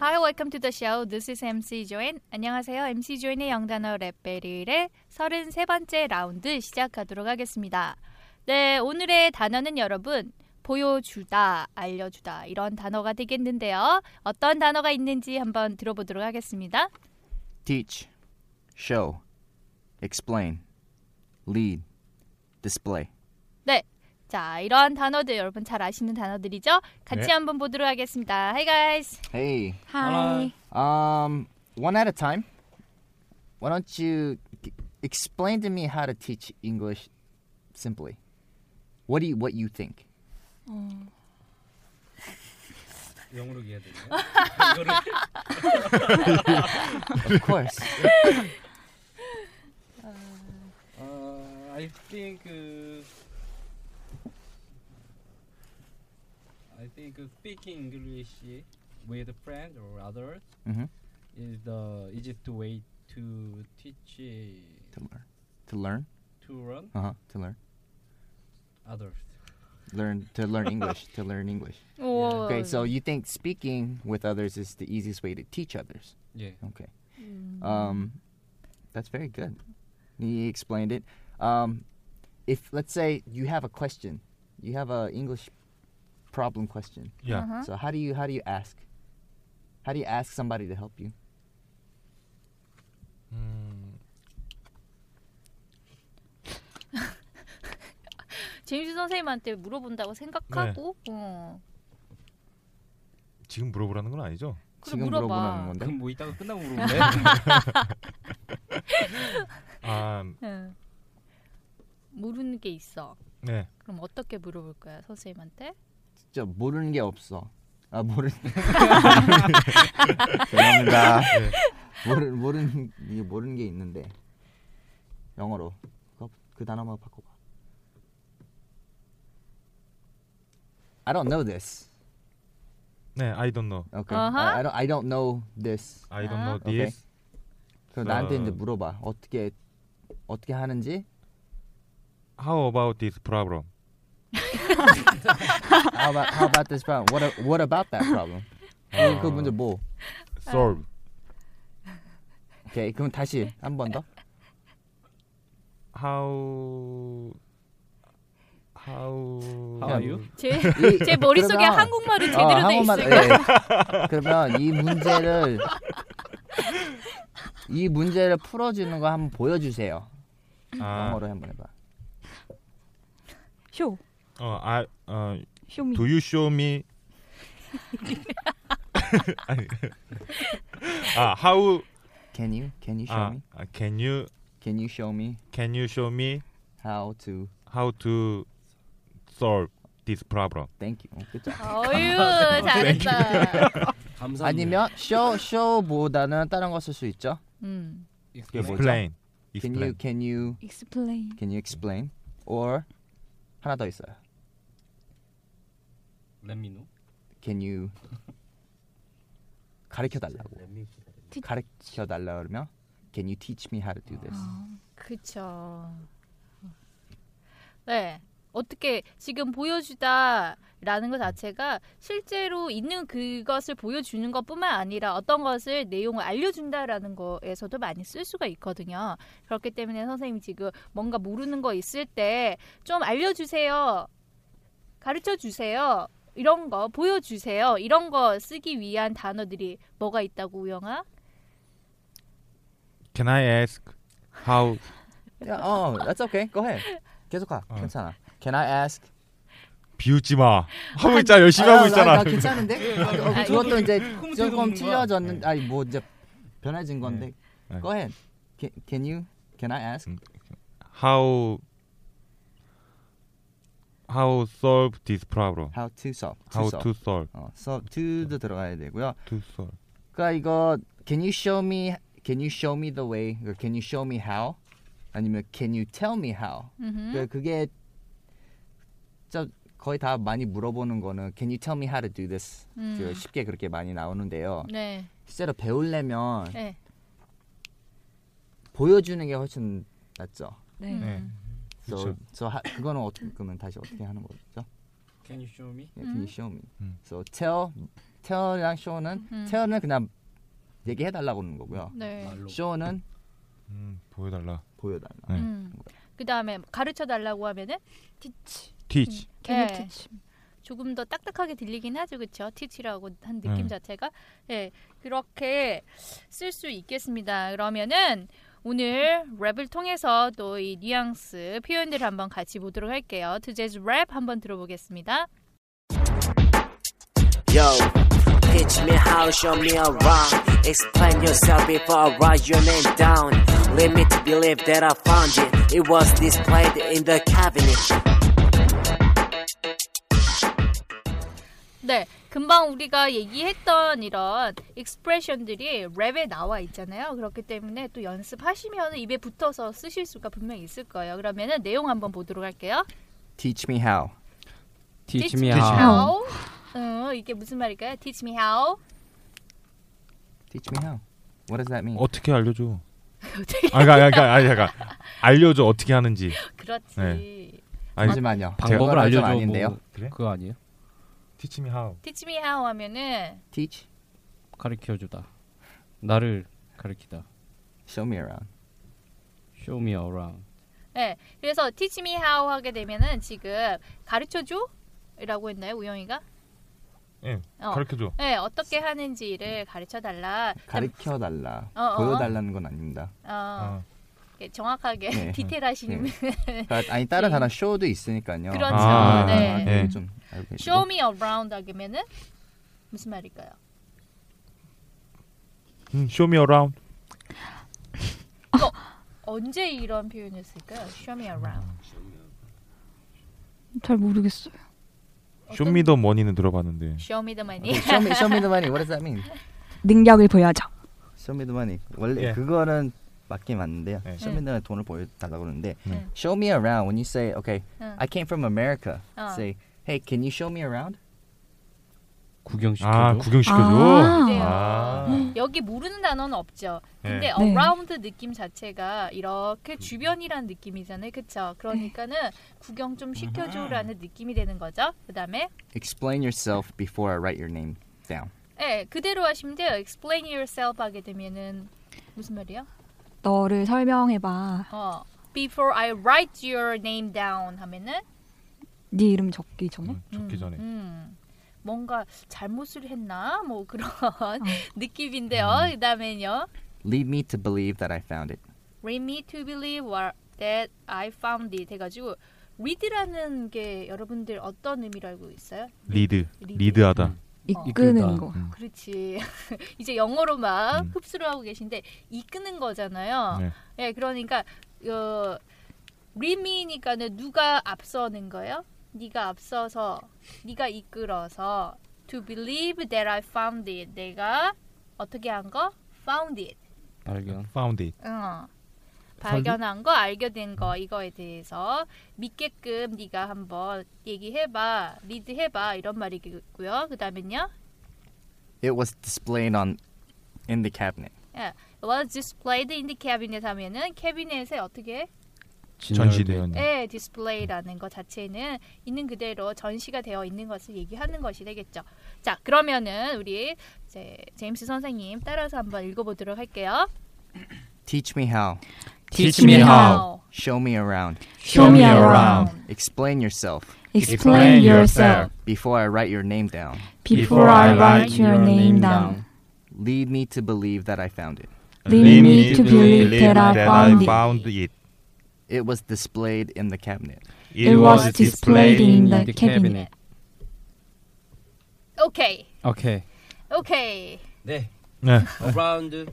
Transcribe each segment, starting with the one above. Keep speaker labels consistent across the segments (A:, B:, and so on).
A: Hi, welcome to the show. This is MC Join. 안녕하세요. MC Join의 영단어 랩벨일의 33번째 라운드 시작하도록 하겠습니다. 네, 오늘의 단어는 여러분 보여주다, 알려주다 이런 단어가 되겠는데요. 어떤 단어가 있는지 한번 들어보도록 하겠습니다.
B: teach, show, explain, lead, display.
A: 네, 자, 이런 단어들 여러분 잘 아시는 단어들이죠? 같이
C: 네.
A: 한번 보도록 하겠습니다. Hi guys.
B: Hey,
A: Hi.
B: um, one at a time. Why don't you g- explain to me how to teach English simply? What do you what you think?
C: 영어로 이해해야 되나요?
B: Of course.
C: Uh, I think uh, I think uh, speaking English with a friend or others
B: mm-hmm.
C: is the easiest way to teach uh,
B: To learn,
C: to
B: to learn,
C: learn
B: uh huh, to learn,
C: others.
B: learn to learn English, to learn English.
A: 오.
B: Okay, so you think speaking with others is the easiest way to teach others?
C: Yeah.
B: Okay.
A: Mm.
B: Um, that's very good. He explained it. Um, if let's say you have a question, you have a English problem question.
C: Yeah.
A: Uh-huh.
B: So how do you how do you ask? How do you ask somebody to help you?
A: 제임스 선생님한테 물어본다고 생각하고 어.
D: 지금 물어보라는 건 아니죠?
A: 그럼
B: 지금
A: 물어봐.
B: 물어보라는 건데.
C: 그럼 뭐 이따가 끝나고 물어보네.
D: 아,
A: 응. 네. 모르는 게 있어.
D: 네.
A: 그럼 어떻게 물어볼 거야 선생님한테?
B: 진짜 모르는 게 없어. 아 모르. 죄송합니다.
D: 네.
B: 예. 모르 모르는 이게 모르는 게 있는데 영어로 그, 그 단어만 바꿔봐. I don't know this.
D: 네, I don't know.
B: Okay.
A: Uh-huh.
B: I, I don't I don't know this.
D: I don't
A: 아.
D: know this.
B: 그럼 나한테
D: 어.
B: 이제 물어봐. 어떻게 어떻게 하는지.
D: How about this problem?
B: How about how about this problem? What a- what about that problem?
D: 아,
B: 그 문제 뭐?
D: solve.
B: 오케이. 그럼 다시 한 번 더.
D: How how
C: How are you?
A: 제,
B: 이-
A: 제 머릿속에
B: 그러면-
A: 한국말이 제대로 돼
B: 아, 한국말-
A: 있으니까
B: 예. 그러면 이 문제를 이 문제를 풀어주는 거 한번 보여주세요.
D: 아,
B: 영어로 한번 해봐.
E: 쇼
D: 어, I 어,
E: 쇼미
D: do you show me? 아니. 아, how
B: Can you can you show
D: 아,
B: me?
D: 아, can you
B: Can you show me
D: can you show me
B: how to?
D: how to solve this problem?
B: Thank you. 어, 그죠? 네.
A: 어유 잘했다.
C: 감사합니다.
B: 아니면 show show보다는 다른 거 쓸 수 있죠.
A: 음.
B: 그게 뭐죠?
D: Explain.
B: Can you
D: Explain.
B: can you
E: 익스플레인
B: Can you explain? Or 하나 더 있어요.
C: Let me know.
B: Can you 가르쳐 달라고.
C: Let me.
B: 가르쳐 달라 그러면 Can you teach me how to do this?
A: 그쵸. 네. 어떻게 지금 보여주다라는 것 자체가 실제로 있는 그것을 보여주는 것뿐만 아니라 어떤 것을 내용을 알려준다라는 거에서도 많이 쓸 수가 있거든요. 그렇기 때문에 선생님이 지금 뭔가 모르는 거 있을 때 좀 알려주세요. 가르쳐 주세요. 이런 거 보여주세요. 이런 거 쓰기 위한 단어들이 뭐가 있다고 우영아?
D: Can I ask how
B: Yeah, oh, that's okay. Go ahead. 계속 가.
D: 어.
B: 괜찮아. Can I ask?
D: 비웃지 마. 하고 있잖아. 열심히 하고
B: 아, 나- 나
D: 있잖아.
B: 괜찮은데? 아, 어,
A: 아,
B: 그것도 이제
C: 컴퓨터에
B: 조금
C: 넣는 거야.
B: 틀려졌는
D: 예.
B: 아니 뭐 이제 변해진 건데.
D: 네.
B: Go ahead. Can, can you? Can I ask?
D: How how solve this problem?
B: How to solve? To
D: How
B: solve.
D: to solve?
B: 어, solve to도 들어가야 되고요.
D: To solve.
B: 그러니까 이거 Can you show me? Can you show me the way? or Can you show me how? 아니면 Can you tell me how?
A: 음흠.
B: 그 그게 저 거의 다 많이 물어보는 거는 Can you tell me how to do this?
A: 음.
B: 그 쉽게 그렇게 많이 나오는데요.
A: 네.
B: 실제로 배우려면
A: 네.
B: 보여주는 게 훨씬 낫죠.
F: 네.
A: 음.
D: 네.
B: So, so 하, 그거는 어떻게 그러면 다시 어떻게 하는 거죠?
C: Can you show me?
B: 예, Can you
A: 음.
B: show me?
D: 음.
B: So tell, tell랑 show는
A: 음.
B: tell는 그냥 얘기해 달라고 하는 거고요.
A: 네.
C: 말로.
B: show는
D: 음, 보여달라.
B: 보여달라.
D: 네.
A: 음. 그다음에 가르쳐 달라고 하면은 teach.
D: Teach.
A: Can you teach? 조금 더 딱딱하게 들리긴 하죠, 그렇죠? teach라고 한 느낌
D: 음.
A: 자체가 예 그렇게 쓸 수 있겠습니다. 그러면은 오늘 랩을 통해서 또 이 뉘앙스 표현들 을 한번 같이 보도록 할게요. 투제즈 랩 한번 들어보겠습니다.
E: Yo, teach me how, show me around. Explain yourself before I write your name down. Let me to believe that I found it. It was displayed in the cabinet.
A: 네, 금방 우리가 얘기했던 이런 익스프레션들이 랩에 나와 있잖아요. 그렇기 때문에 또 연습하시면 입에 붙어서 쓰실 수가 분명히 있을 거예요. 그러면은 내용 한번 보도록 할게요.
B: Teach me how.
A: Teach
C: me
A: how? 어, 이게 무슨 말일까요? Teach me how.
B: Teach me how. What does that mean?
D: 음. 어떻게 알려줘?
A: 어떻게-
D: 아, 그러니까, 그러니까, 아니, 그러니까 알려줘 어떻게 하는지.
A: 그렇지.
B: 네.
D: 아니,
B: 잠시만요.
C: 방법을
B: 그거는
C: 알려줘,
B: 좀 아닌데요.
C: 뭐.
D: 그래?
C: 그거 아니에요?
D: Teach me how.
A: Teach me how 하면은
B: Teach,
C: 가르쳐주다. 나를 가르치다.
B: show me around.
C: Show me around.
A: 네, 그래서 teach me how 하게 되면은 지금 가르쳐 줘라고 했나요, 우영이가?
D: 예.
A: 어.
D: 가르쳐줘.
A: 네, 어떻게 하는지를 가르쳐 달라.
B: 가르쳐 달라.
A: 어, 어, 어.
B: 보여달라는 건 아닙니다.
A: 어,
D: 아.
A: 이렇게 정확하게
B: 네.
A: 디테일하시는
B: 네. 그러니까 아니 다른 단어 show도 있으니까요.
A: 그렇죠.
D: 아,
A: 네.
B: 아,
D: 네.
B: 좀 알고 계시고.
A: show me around 하면은 무슨 말일까요?
D: 음, show me around.
A: 언제 이런 표현을 쓸까요? show me around.
G: 잘 모르겠어요.
D: Show me the money는 들어봤는데.
A: show me the money.
B: Okay, show me, show me the money. What does that mean?
G: 능력을 보여줘.
B: Show me the money. 원래
D: 예.
B: 그거는 맞긴 맞는데요.
D: 예.
B: Show me the money 돈을 보여달라고 그러는데
D: 네.
B: Show me around when you say okay,
A: 응.
B: I came from America.
A: 어.
B: Say, hey, can you show me around?
C: 구경시켜줘.
D: 아, 구경시켜줘.
G: 아.
A: 그래요.
D: 아.
A: 여기 모르는 단어는 없죠. 근데
D: 예. 음.
A: around 느낌 자체가 이렇게 주변이란 느낌이잖아요. 그쵸? 그러니까는 구경 좀 시켜줘라는 느낌이 되는 거죠. 그 다음에
B: Explain yourself before I write your name down.
A: 예, 그대로 하시면 돼요. explain yourself 하게 되면은 무슨 말이요?
G: 너를 설명해봐.
A: 어, before I write your name down 하면은
G: 네 이름 적기 전에.
D: 음, 좋기 전에.
A: 음, 뭔가 잘못을 했나 뭐 그런 느낌인데요. 그다음에는요.
B: Lead me to believe that I found it.
A: Read me to believe what that I found it 해가지고 read라는 게 여러분들 어떤 의미로 알고 있어요?
D: 리드.
A: 리드.
D: 리드하다.
G: 이끄는
C: 이끌다.
G: 거.
A: 그렇지. 이제 영어로만
D: 음.
A: 흡수를 하고 계신데 이끄는 거잖아요.
D: 네.
A: 예, 그러니까 어, read me니까는 누가 앞서는 거예요? 네가 앞서서 네가 이끌어서 to believe that I found it. 내가 어떻게 한 거? found it.
C: 발견.
D: Found it.
A: 응. 발견한 거, 알게 된 거, 이거에 대해서 믿게끔 네가 한번 얘기해봐, 리드해봐 이런 말이겠고요. 그 다음은요,
B: It was displayed on in the cabinet.
A: was 예. displayed in the cabinet 하면은 캐비넷에 어떻게
D: 전시되었네.
A: 에 디스플레이라는 것 자체는 있는 그대로 전시가 되어 있는 것을 얘기하는 것이 되겠죠. 자, 그러면은 우리 이제 제임스 선생님 따라서 한번 읽어보도록 할게요.
B: Teach me how.
G: Teach me how.
B: Show me around.
G: Show me around.
B: Um, Explain yourself.
G: Explain yourself
B: Before I write your name down,
G: before I write your name down.
B: lead me to believe that I found it.
G: Lead me to believe that I found it.
D: it.
B: It was displayed in the cabinet.
G: It was displayed in the cabinet.
A: 오케이.
C: Okay.
A: 오케이.
H: 네,
D: 네.
H: around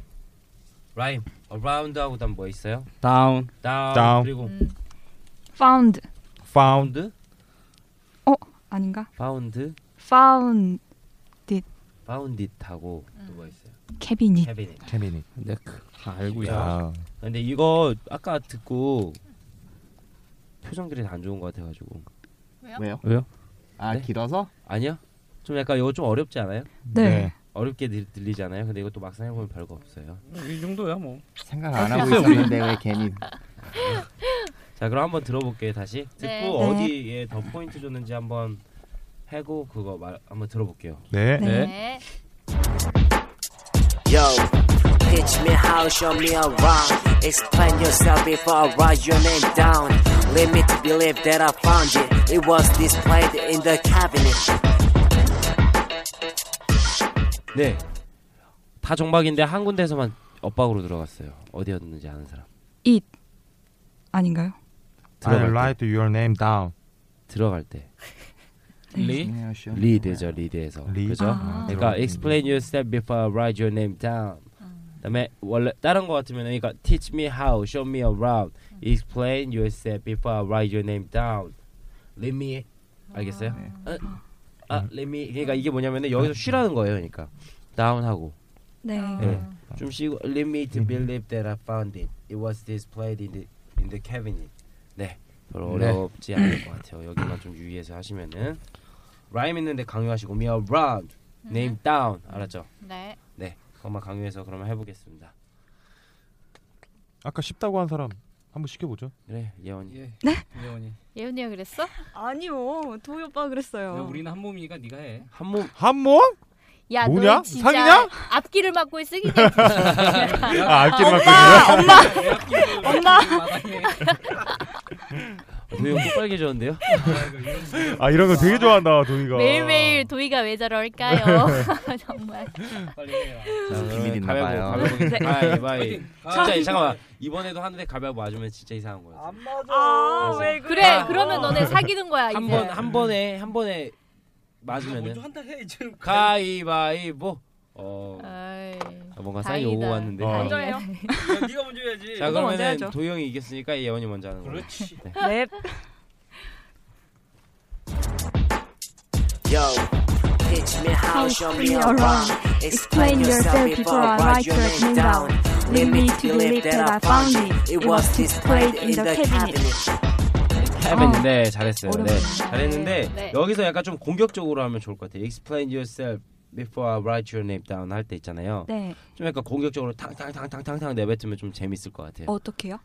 H: 라임. around하고 다음 뭐 있어요?
C: Down.
H: down,
D: Down.
H: 아, 그리고
A: 음.
G: Found
D: found
H: found,
G: 아닌가?
H: found,
G: Found
H: foundit하고 또 뭐 있어요?
G: 캐비닛.
H: cabinet.
D: cabinet.
C: 네, 그- 다 알고 있어.
H: 아,
D: 야.
H: 근데 이거 아까 듣고 표정들이 다 안 좋은 것 같아가지고
B: 왜요?
C: 왜요?
B: 아
H: 네?
B: 길어서?
H: 아니야? 좀 약간 이거 좀 어렵지 않아요?
G: 네.
H: 어렵게 들, 들리잖아요. 근데 이것도 막상 해보면 별거 없어요.
C: 이 정도야 뭐.
B: 생각 안 하고 있었는데 아, 왜 괜히
H: 자, 그럼 한번 들어볼게요. 다시 듣고
A: 네.
G: 네.
H: 어디에 더 포인트 줬는지 한번 해고 그거 말 한번 들어볼게요.
D: 네.
G: 네.
A: 네.
E: Yo, teach me how, show me around. Explain yourself before I write your name down. Let me to believe that I found it. It was displayed in the cabinet.
H: 네. 다 정박인데 한 군데에서만 엇박으로 들어갔어요. 어디였는지 아는 사람.
G: It 아닌가요?
D: I
H: 들어갈 때.
D: write your name down.
H: 들어갈 때.
C: 리?
B: 네,
H: 리드죠, 리드에서.
D: 리드.
H: 그죠?
G: 아.
H: 그러니까 explain yourself before I write your name down. 그다음에 원래 다른 거 같으면 그러니까 teach me how, show me around, explain yourself before I write your name down. Let me 알겠어요? 어? 아, let me 그러니까 이게 뭐냐면은
G: 음.
H: 여기서 쉬라는 거예요, 그러니까 down하고
G: 네.
H: 네. 좀 쉬고 let me to believe that I found it. It was displayed in the in the cabinet. 네, 별로
C: 네.
H: 어렵지 않을 것 같아요. 여기만 좀 유의해서 하시면은 라임 있는데 강요하시고 me around, name down 알았죠?
A: 네.
H: 네, 그것만 강요해서 그러면 해보겠습니다.
D: 아까 쉽다고 한 사람 한번 시켜보죠.
H: 그래, 예원이.
C: 예. 네. 예원이.
A: 예은이가 그랬어?
G: 아니요. 뭐. 도희 오빠
C: 야,
G: 그랬어요.
C: 우리는 한 몸이니까 네가 해.
H: 한몸 아,
D: 한 몸?
A: 야,
D: 뭐냐? 어.
A: 너 진짜
D: 사귀냐?
A: 앞길을 막고 있으니
D: 아, 알기만 끄
C: 엄마. 엄마. 엄마.
H: 도형또 빨개졌는데요?
D: 아, 이런 거 되게 좋아한다, 도희가.
A: 매일매일 도희가 왜 저럴까요? 정말.
C: 빨리 해요.
B: 비밀 있나 봐요.
H: 가위바위보. 가위바위보. 진짜
C: 아,
H: 잠깐만. 이번에도 하는데 가위바위보 맞으면 진짜 이상한 거예요.
G: 아,
H: 왜
A: 그래, 그러면 너네 사귀는 거야, 아, 이제.
H: 한 번 한 번에 한 번에 맞으면은
C: 한다 해 이제.
H: 가위바위보. 어
A: 아이,
H: 뭔가 사이
A: 다행이다.
H: 오고 왔는데.
D: 어.
A: 다행이다.
D: 먼저
C: 네가 먼저 해야지.
H: 자
G: 이거 먼저
H: 그러면은
G: 해야죠.
H: 도이 형이 이겼으니까 예원이 먼저 하는 거예요.
C: 그렇지.
G: 네.
E: Yo, teach me how,
G: Teach
E: show
G: me
E: me
G: around.
E: around.
G: Explain yourself before I write your name down. Lead me to believe that I found it. It was displayed in the cabinet.
H: 해빈 네 잘했어요. 네
G: 어렵습니다.
H: 잘했는데
A: 아. 네.
H: 여기서 약간 좀 공격적으로 하면 좋을 것 같아요. Explain yourself before I write your name down 할 때 있잖아요.
G: 네.
H: 좀 약간 공격적으로 탕탕탕탕탕탕 내뱉으면 좀 재밌을 것 같아요.
G: 어떻게요?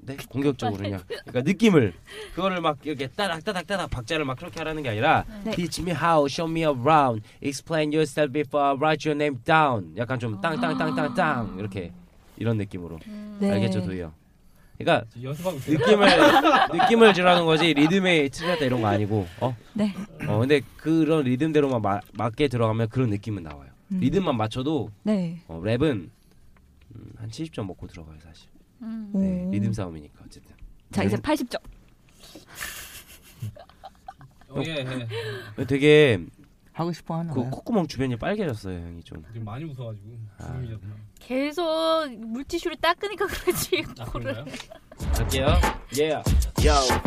H: 네
G: 그
H: 공격적으로요. 그러니까 느낌을 그거를 막 이렇게 따닥 따닥 따닥 박자를 막 그렇게 하라는 게 아니라
G: 네.
H: Teach me how, show me around, explain yourself before I write your name down. 약간 좀 땅 땅 땅 땅 땅 이렇게 이런 느낌으로
G: 아. 네.
H: 알겠죠 도희요. 그러니까
C: 연습하고 있어.
H: 느낌을 느낌을 주라는 거지 리듬에 틀렸다 이런 거 아니고 어?
G: 네.
H: 어 근데 그런 리듬대로만 마- 맞게 들어가면 그런 느낌은 나와요.
G: 음.
H: 리듬만 맞춰도
G: 네.
H: 어, 랩은 음, 한 70점 먹고 들어가요 사실.
A: 음.
H: 네,
G: 오.
H: 리듬 싸움이니까 어쨌든. 네.
G: 자, 이제 80점.
C: 어, 예, 예.
H: 되게
B: 하고 싶어 하나
H: 그
B: 봐요.
H: 콧구멍 주변이 빨개졌어요 형이 좀.
C: 지금 많이 웃어가지고 주름이 졌나.
A: 계속 물티슈로 닦으니까 그러지.
C: 아,
A: 코를.
C: 그런가요?
H: 갈게요.
C: 예.
H: Yeah.
E: Yo,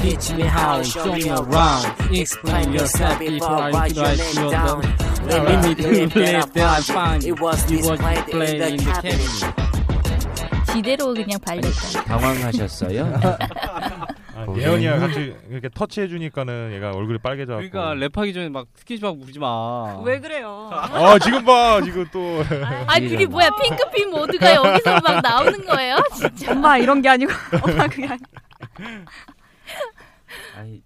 H: Teach me
E: how, show me around. Explain yourself before I write your name down. Let me believe that I found it. It was displayed in the cabinet.
A: 지대로 그냥 발렸다.
H: 당황하셨어요?
D: 아, 예언이랑 같이 이렇게 터치해 주니까는 얘가 얼굴이 빨개져. 갖고.
C: 그러니까 랩하기 전에 막 스킨십하고 부르지 마.
G: 그래요?
D: 어 지금 봐 지금 또
A: 아, 그게 뭐야? 핑크빛 모드가 여기서 막 나오는 거예요? 진짜.
G: 엄마 이런 게 아니고 엄마 그냥
H: 아이,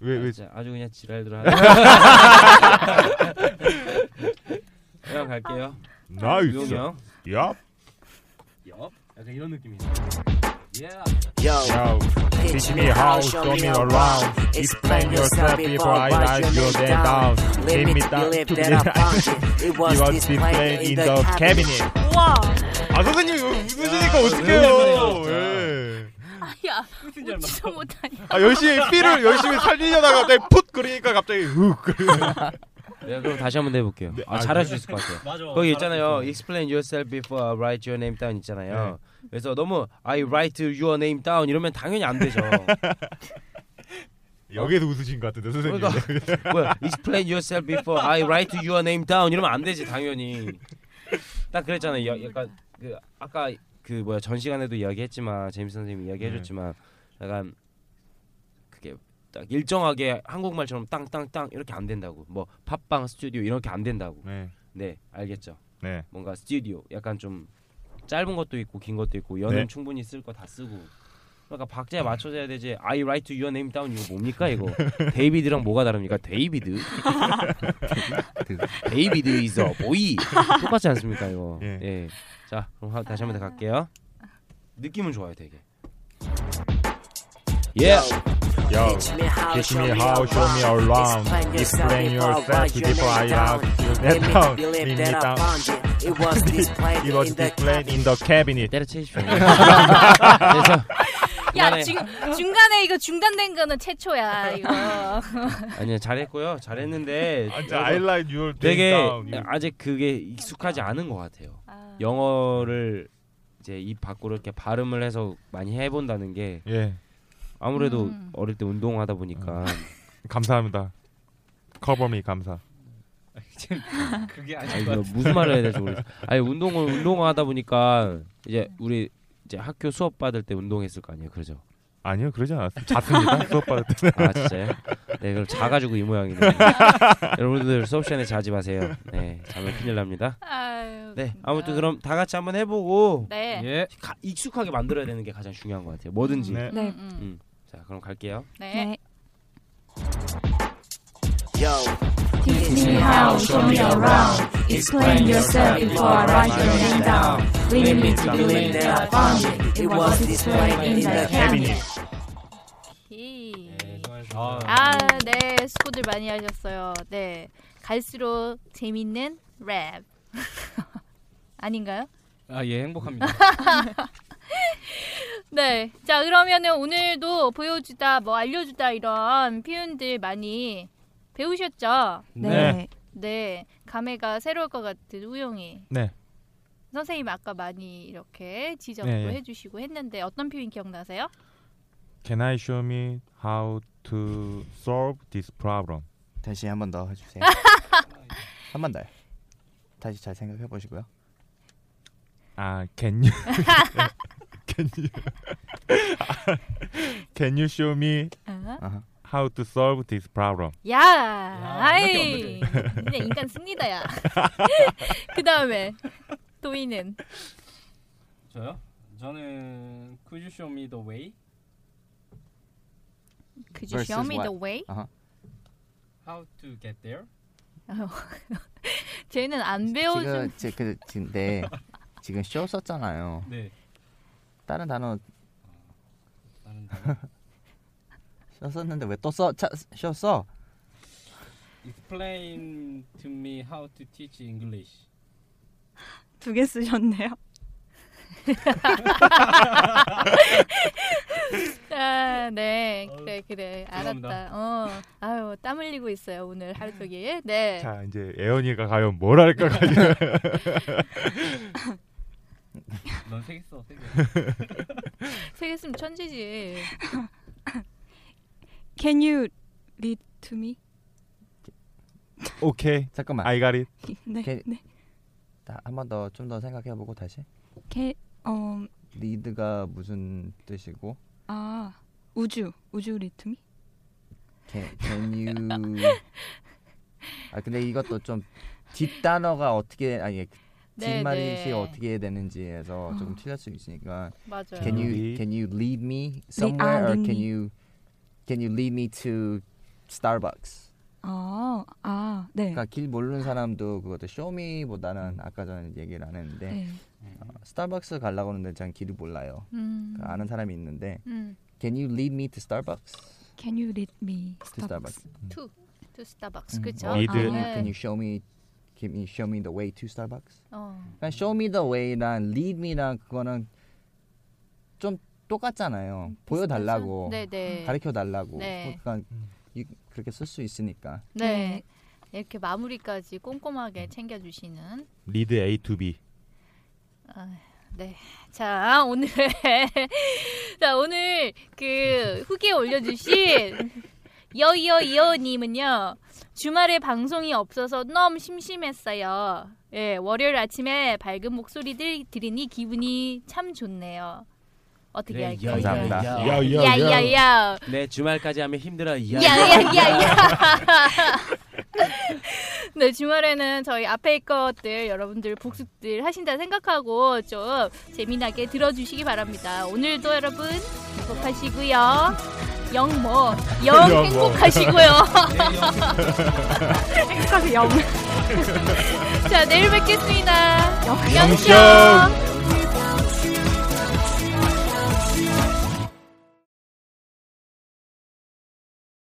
D: 왜, 왜
H: 진짜 아주 그냥 지랄들 하네. 그냥 갈게요.
D: 나이스
H: 유용 형.
D: 야
H: 옆. 약간 이런 느낌이죠.
E: Yo,
D: Yo, teach me how, show me around. Explain yourself before I write your name down. Lead me down to the island. It was displayed in the cabinet.
A: 와,
D: 아 선생님 이거 웃으시니까 어떡해요. 예.
A: 아야, 웃지도 못하냐.
D: 아 열심히 삐를 열심히 살리려다가 갑자기 풋 그러니까 갑자기 훅.
H: 네, 그럼 다시 한번 해볼게요.
D: 네,
H: 아,
D: 아,
H: 잘할
D: 네.
H: 수 있을 것 같아요.
C: 맞아.
H: 거기 있잖아요. Explain yourself before I write your name down 있잖아요.
C: 네.
H: 그래서 너무 I write your name down 이러면 당연히 안 되죠.
D: 여기에서 웃으신 것 같은데 선생님.
H: 그러니까 뭐야, Explain yourself before I write your name down 이러면 안 되지 당연히. 딱 그랬잖아요. 야, 약간 그 아까 그 뭐야 전 시간에도 이야기했지만 제임스 선생님이 이야기해줬지만 약간 그게 딱 일정하게 한국말처럼 땅땅땅 이렇게 안 된다고 뭐 팝빵 스튜디오 이렇게 안 된다고
D: 네.
H: 네 알겠죠.
D: 네.
H: 뭔가 스튜디오 약간 좀 짧은 것도 있고 긴 것도 있고 연은
D: 네.
H: 충분히 쓸 거 다 쓰고 그러니까 박자에 맞춰서 해야 되지 I write your name down 이거 뭡니까 이거 데이비드랑 뭐가 다릅니까 데이비드 데이비드 is a boy 똑같지 않습니까 이거
D: 예.
H: 예자 그럼 하- 다시 한 번 더 갈게요 느낌은 좋아요 되게 예
D: Yo,
E: Teach me how,
D: teach
E: show
D: me
E: me
D: how, show me around.
E: around.
D: Explain
E: Explain yourself
D: yourself before
E: before
D: I
E: I
D: write your
E: Let
D: name down.
E: me
D: Lead
E: believe
D: me
E: that I
D: down.
E: found it. It was displayed
D: It was
E: in the
D: displayed in the cabinet.
H: 예, 때려치십시오 그래서
A: 야,
H: 그만해.
A: 중, 중간에 이거 중단된 거는 최초야, 이거.
H: 아니요 잘했고요 잘했는데
D: 아, 진짜 I like your
H: 되게
D: name down.
H: 네, 아직 그게 익숙하지 않은 것 같아요
A: 아,
H: 영어를 이제 입 밖으로 이렇게 발음을 해서 많이 해본다는 게
D: 예,
H: 아무래도
A: 음.
H: 어릴 때 운동하다
D: 음.
H: 보니까
D: 감사합니다. Cover me 감사.
C: 그게
H: 아,
C: 아닌 것
H: 이거
C: 같아.
H: 무슨 말을 해야 될지 모르겠어. 아니 운동을 운동하다 보니까 이제 우리 이제 학교 수업 받을 때 운동했을 거 아니에요, 그죠?
D: 아니요, 그러지 않았어요. 잤습니다. 수업 받을 때.
H: 아 진짜요? 네, 그럼 자가지고 이 모양이네. 여러분들 수업 시간에 자지 마세요. 네, 자면 큰일 납니다.
A: 아유.
H: 네, 아무튼 그럼 다 같이 한번 해보고
A: 네.
H: 예. 가, 익숙하게 만들어야 되는 게 가장 중요한 것 같아요. 뭐든지.
D: 네.
A: 네.
G: 네.
A: 음,
H: 자, 그럼 갈게요.
I: Eh.
A: 네.
G: 네.
E: Yo,
G: Teach me how, show me around. Explain yourself before I write your name down. Lead me to believe that I found it. It was displayed in the cabinet.
A: 오케이.
C: 아,
A: 아, 네. 수고들 많이 하셨어요. 네. 갈수록 재밌는 랩. 아닌가요?
C: 아, 예, 행복합니다.
A: 네. 자, 그러면은 오늘도 보여주다, 뭐 알려주다 이런 표현들 많이 배우셨죠?
G: 네.
A: 네. 감회가 새로울 것 같은 우영이.
D: 네.
A: 선생님 아까 많이 이렇게 지적도
D: 네, 예.
A: 해주시고 했는데 어떤 표현 기억나세요?
D: Can I show me how to solve this problem?
B: 다시 한 번 더 해주세요. 한 번 더. 다시 잘 생각해 보시고요.
D: 아, can you? can you? can you show me
A: 어?
B: 아하.
D: how to solve this problem?
A: 야, 아이, 그냥 인간 승리다야. 그 다음에 도희는
C: 저요? 저는 Could you show me the way?
A: Could you show
B: Versus
A: me
B: what?
A: the way?
C: How to get there?
A: 쟤는 안 배워준.
B: 지금 지- 그 지금 네 지금 쇼 썼잖아요.
C: 네.
B: 다른 단어
C: 나는 다
B: 쇼 썼는데 왜 또써쇼 써?
C: Explain to me how to teach English.
G: 두 개 쓰셨네요.
A: 아, 네, 그래 그래,
C: 죄송합니다.
A: 알았다. 어, 아유 땀 흘리고 있어요 오늘 하루 종일. 네,
D: 자, 이제 예언이가 과연 뭘 할까?
C: 넌 세겠어, 세겠어.
A: 책 있으면 천지지.
G: Can you read to me?
D: 오케이,
B: 잠깐만.
D: I got it.
G: 네.
B: Can-
G: 네.
B: 한 번 더 좀 더 생각해 보고 다시.
G: Can 어,
B: 리드가 무슨 뜻이고?
G: 아 우주 우주 read to me?
B: Can, can you? 아 근데 이것도 좀 뒷단어가 어떻게 아니 그
A: 네,
B: 뒷말이
A: 네.
B: 어떻게
G: 아.
B: 되는지에서 조금 틀릴 수 있으니까.
A: 맞아요.
B: Can you
D: Lead.
B: can you lead me
G: Lead-
B: somewhere
G: ah,
B: or
G: lead
B: can
G: me.
B: you can you lead me to Starbucks?
I: 아, 아, 네.
B: 그러니까 길 모르는 사람도 그것도 쇼미보다는 아까 전에 얘기를 안 했는데
I: 네.
B: 어, 스타벅스 가려고 하는데 전 길을 몰라요.
I: 음.
B: 그러니까 아는 사람이 있는데
A: 음.
B: Can you lead me to Starbucks?
I: Can you read me?
B: To Starbucks.
A: 투, 투 스타벅스
B: 음.
A: 그렇죠.
B: Or can, you, can you show me? Can you show me the way to Starbucks?
A: 어.
B: 그러니까 show me the way랑 lead me랑 그거는 좀 똑같잖아요. 보여달라고,
A: 네, 네.
B: 가르쳐달라고.
A: 네.
B: 그러니까 이- 그렇게 쓸 수 있으니까.
A: 네. 이렇게 마무리까지 꼼꼼하게 챙겨주시는.
D: 리드 A to B.
A: 아, 네. 자 오늘 자 오늘 그 후기에 올려주신 여여여님은요 주말에 방송이 없어서 너무 심심했어요. 예 월요일 아침에 밝은 목소리들 들으니 기분이 참 좋네요. 어떻게
H: 그래,
A: 할까요?
D: 감사합니다.
H: 여, 여, 여.
A: 야, 야, 야.
H: 네 주말까지 하면 힘들어. 야,
A: 야야야야. 네 주말에는 저희 앞에 것들 여러분들 복습들 하신다 생각하고 좀 재미나게 들어주시기 바랍니다. 오늘도 여러분 행복하시고요. 영모 뭐, 영
D: 영모.
A: 행복하시고요.
I: 행복하세요.
A: 자 내일 뵙겠습니다.
D: 영쇼.
A: 영쇼.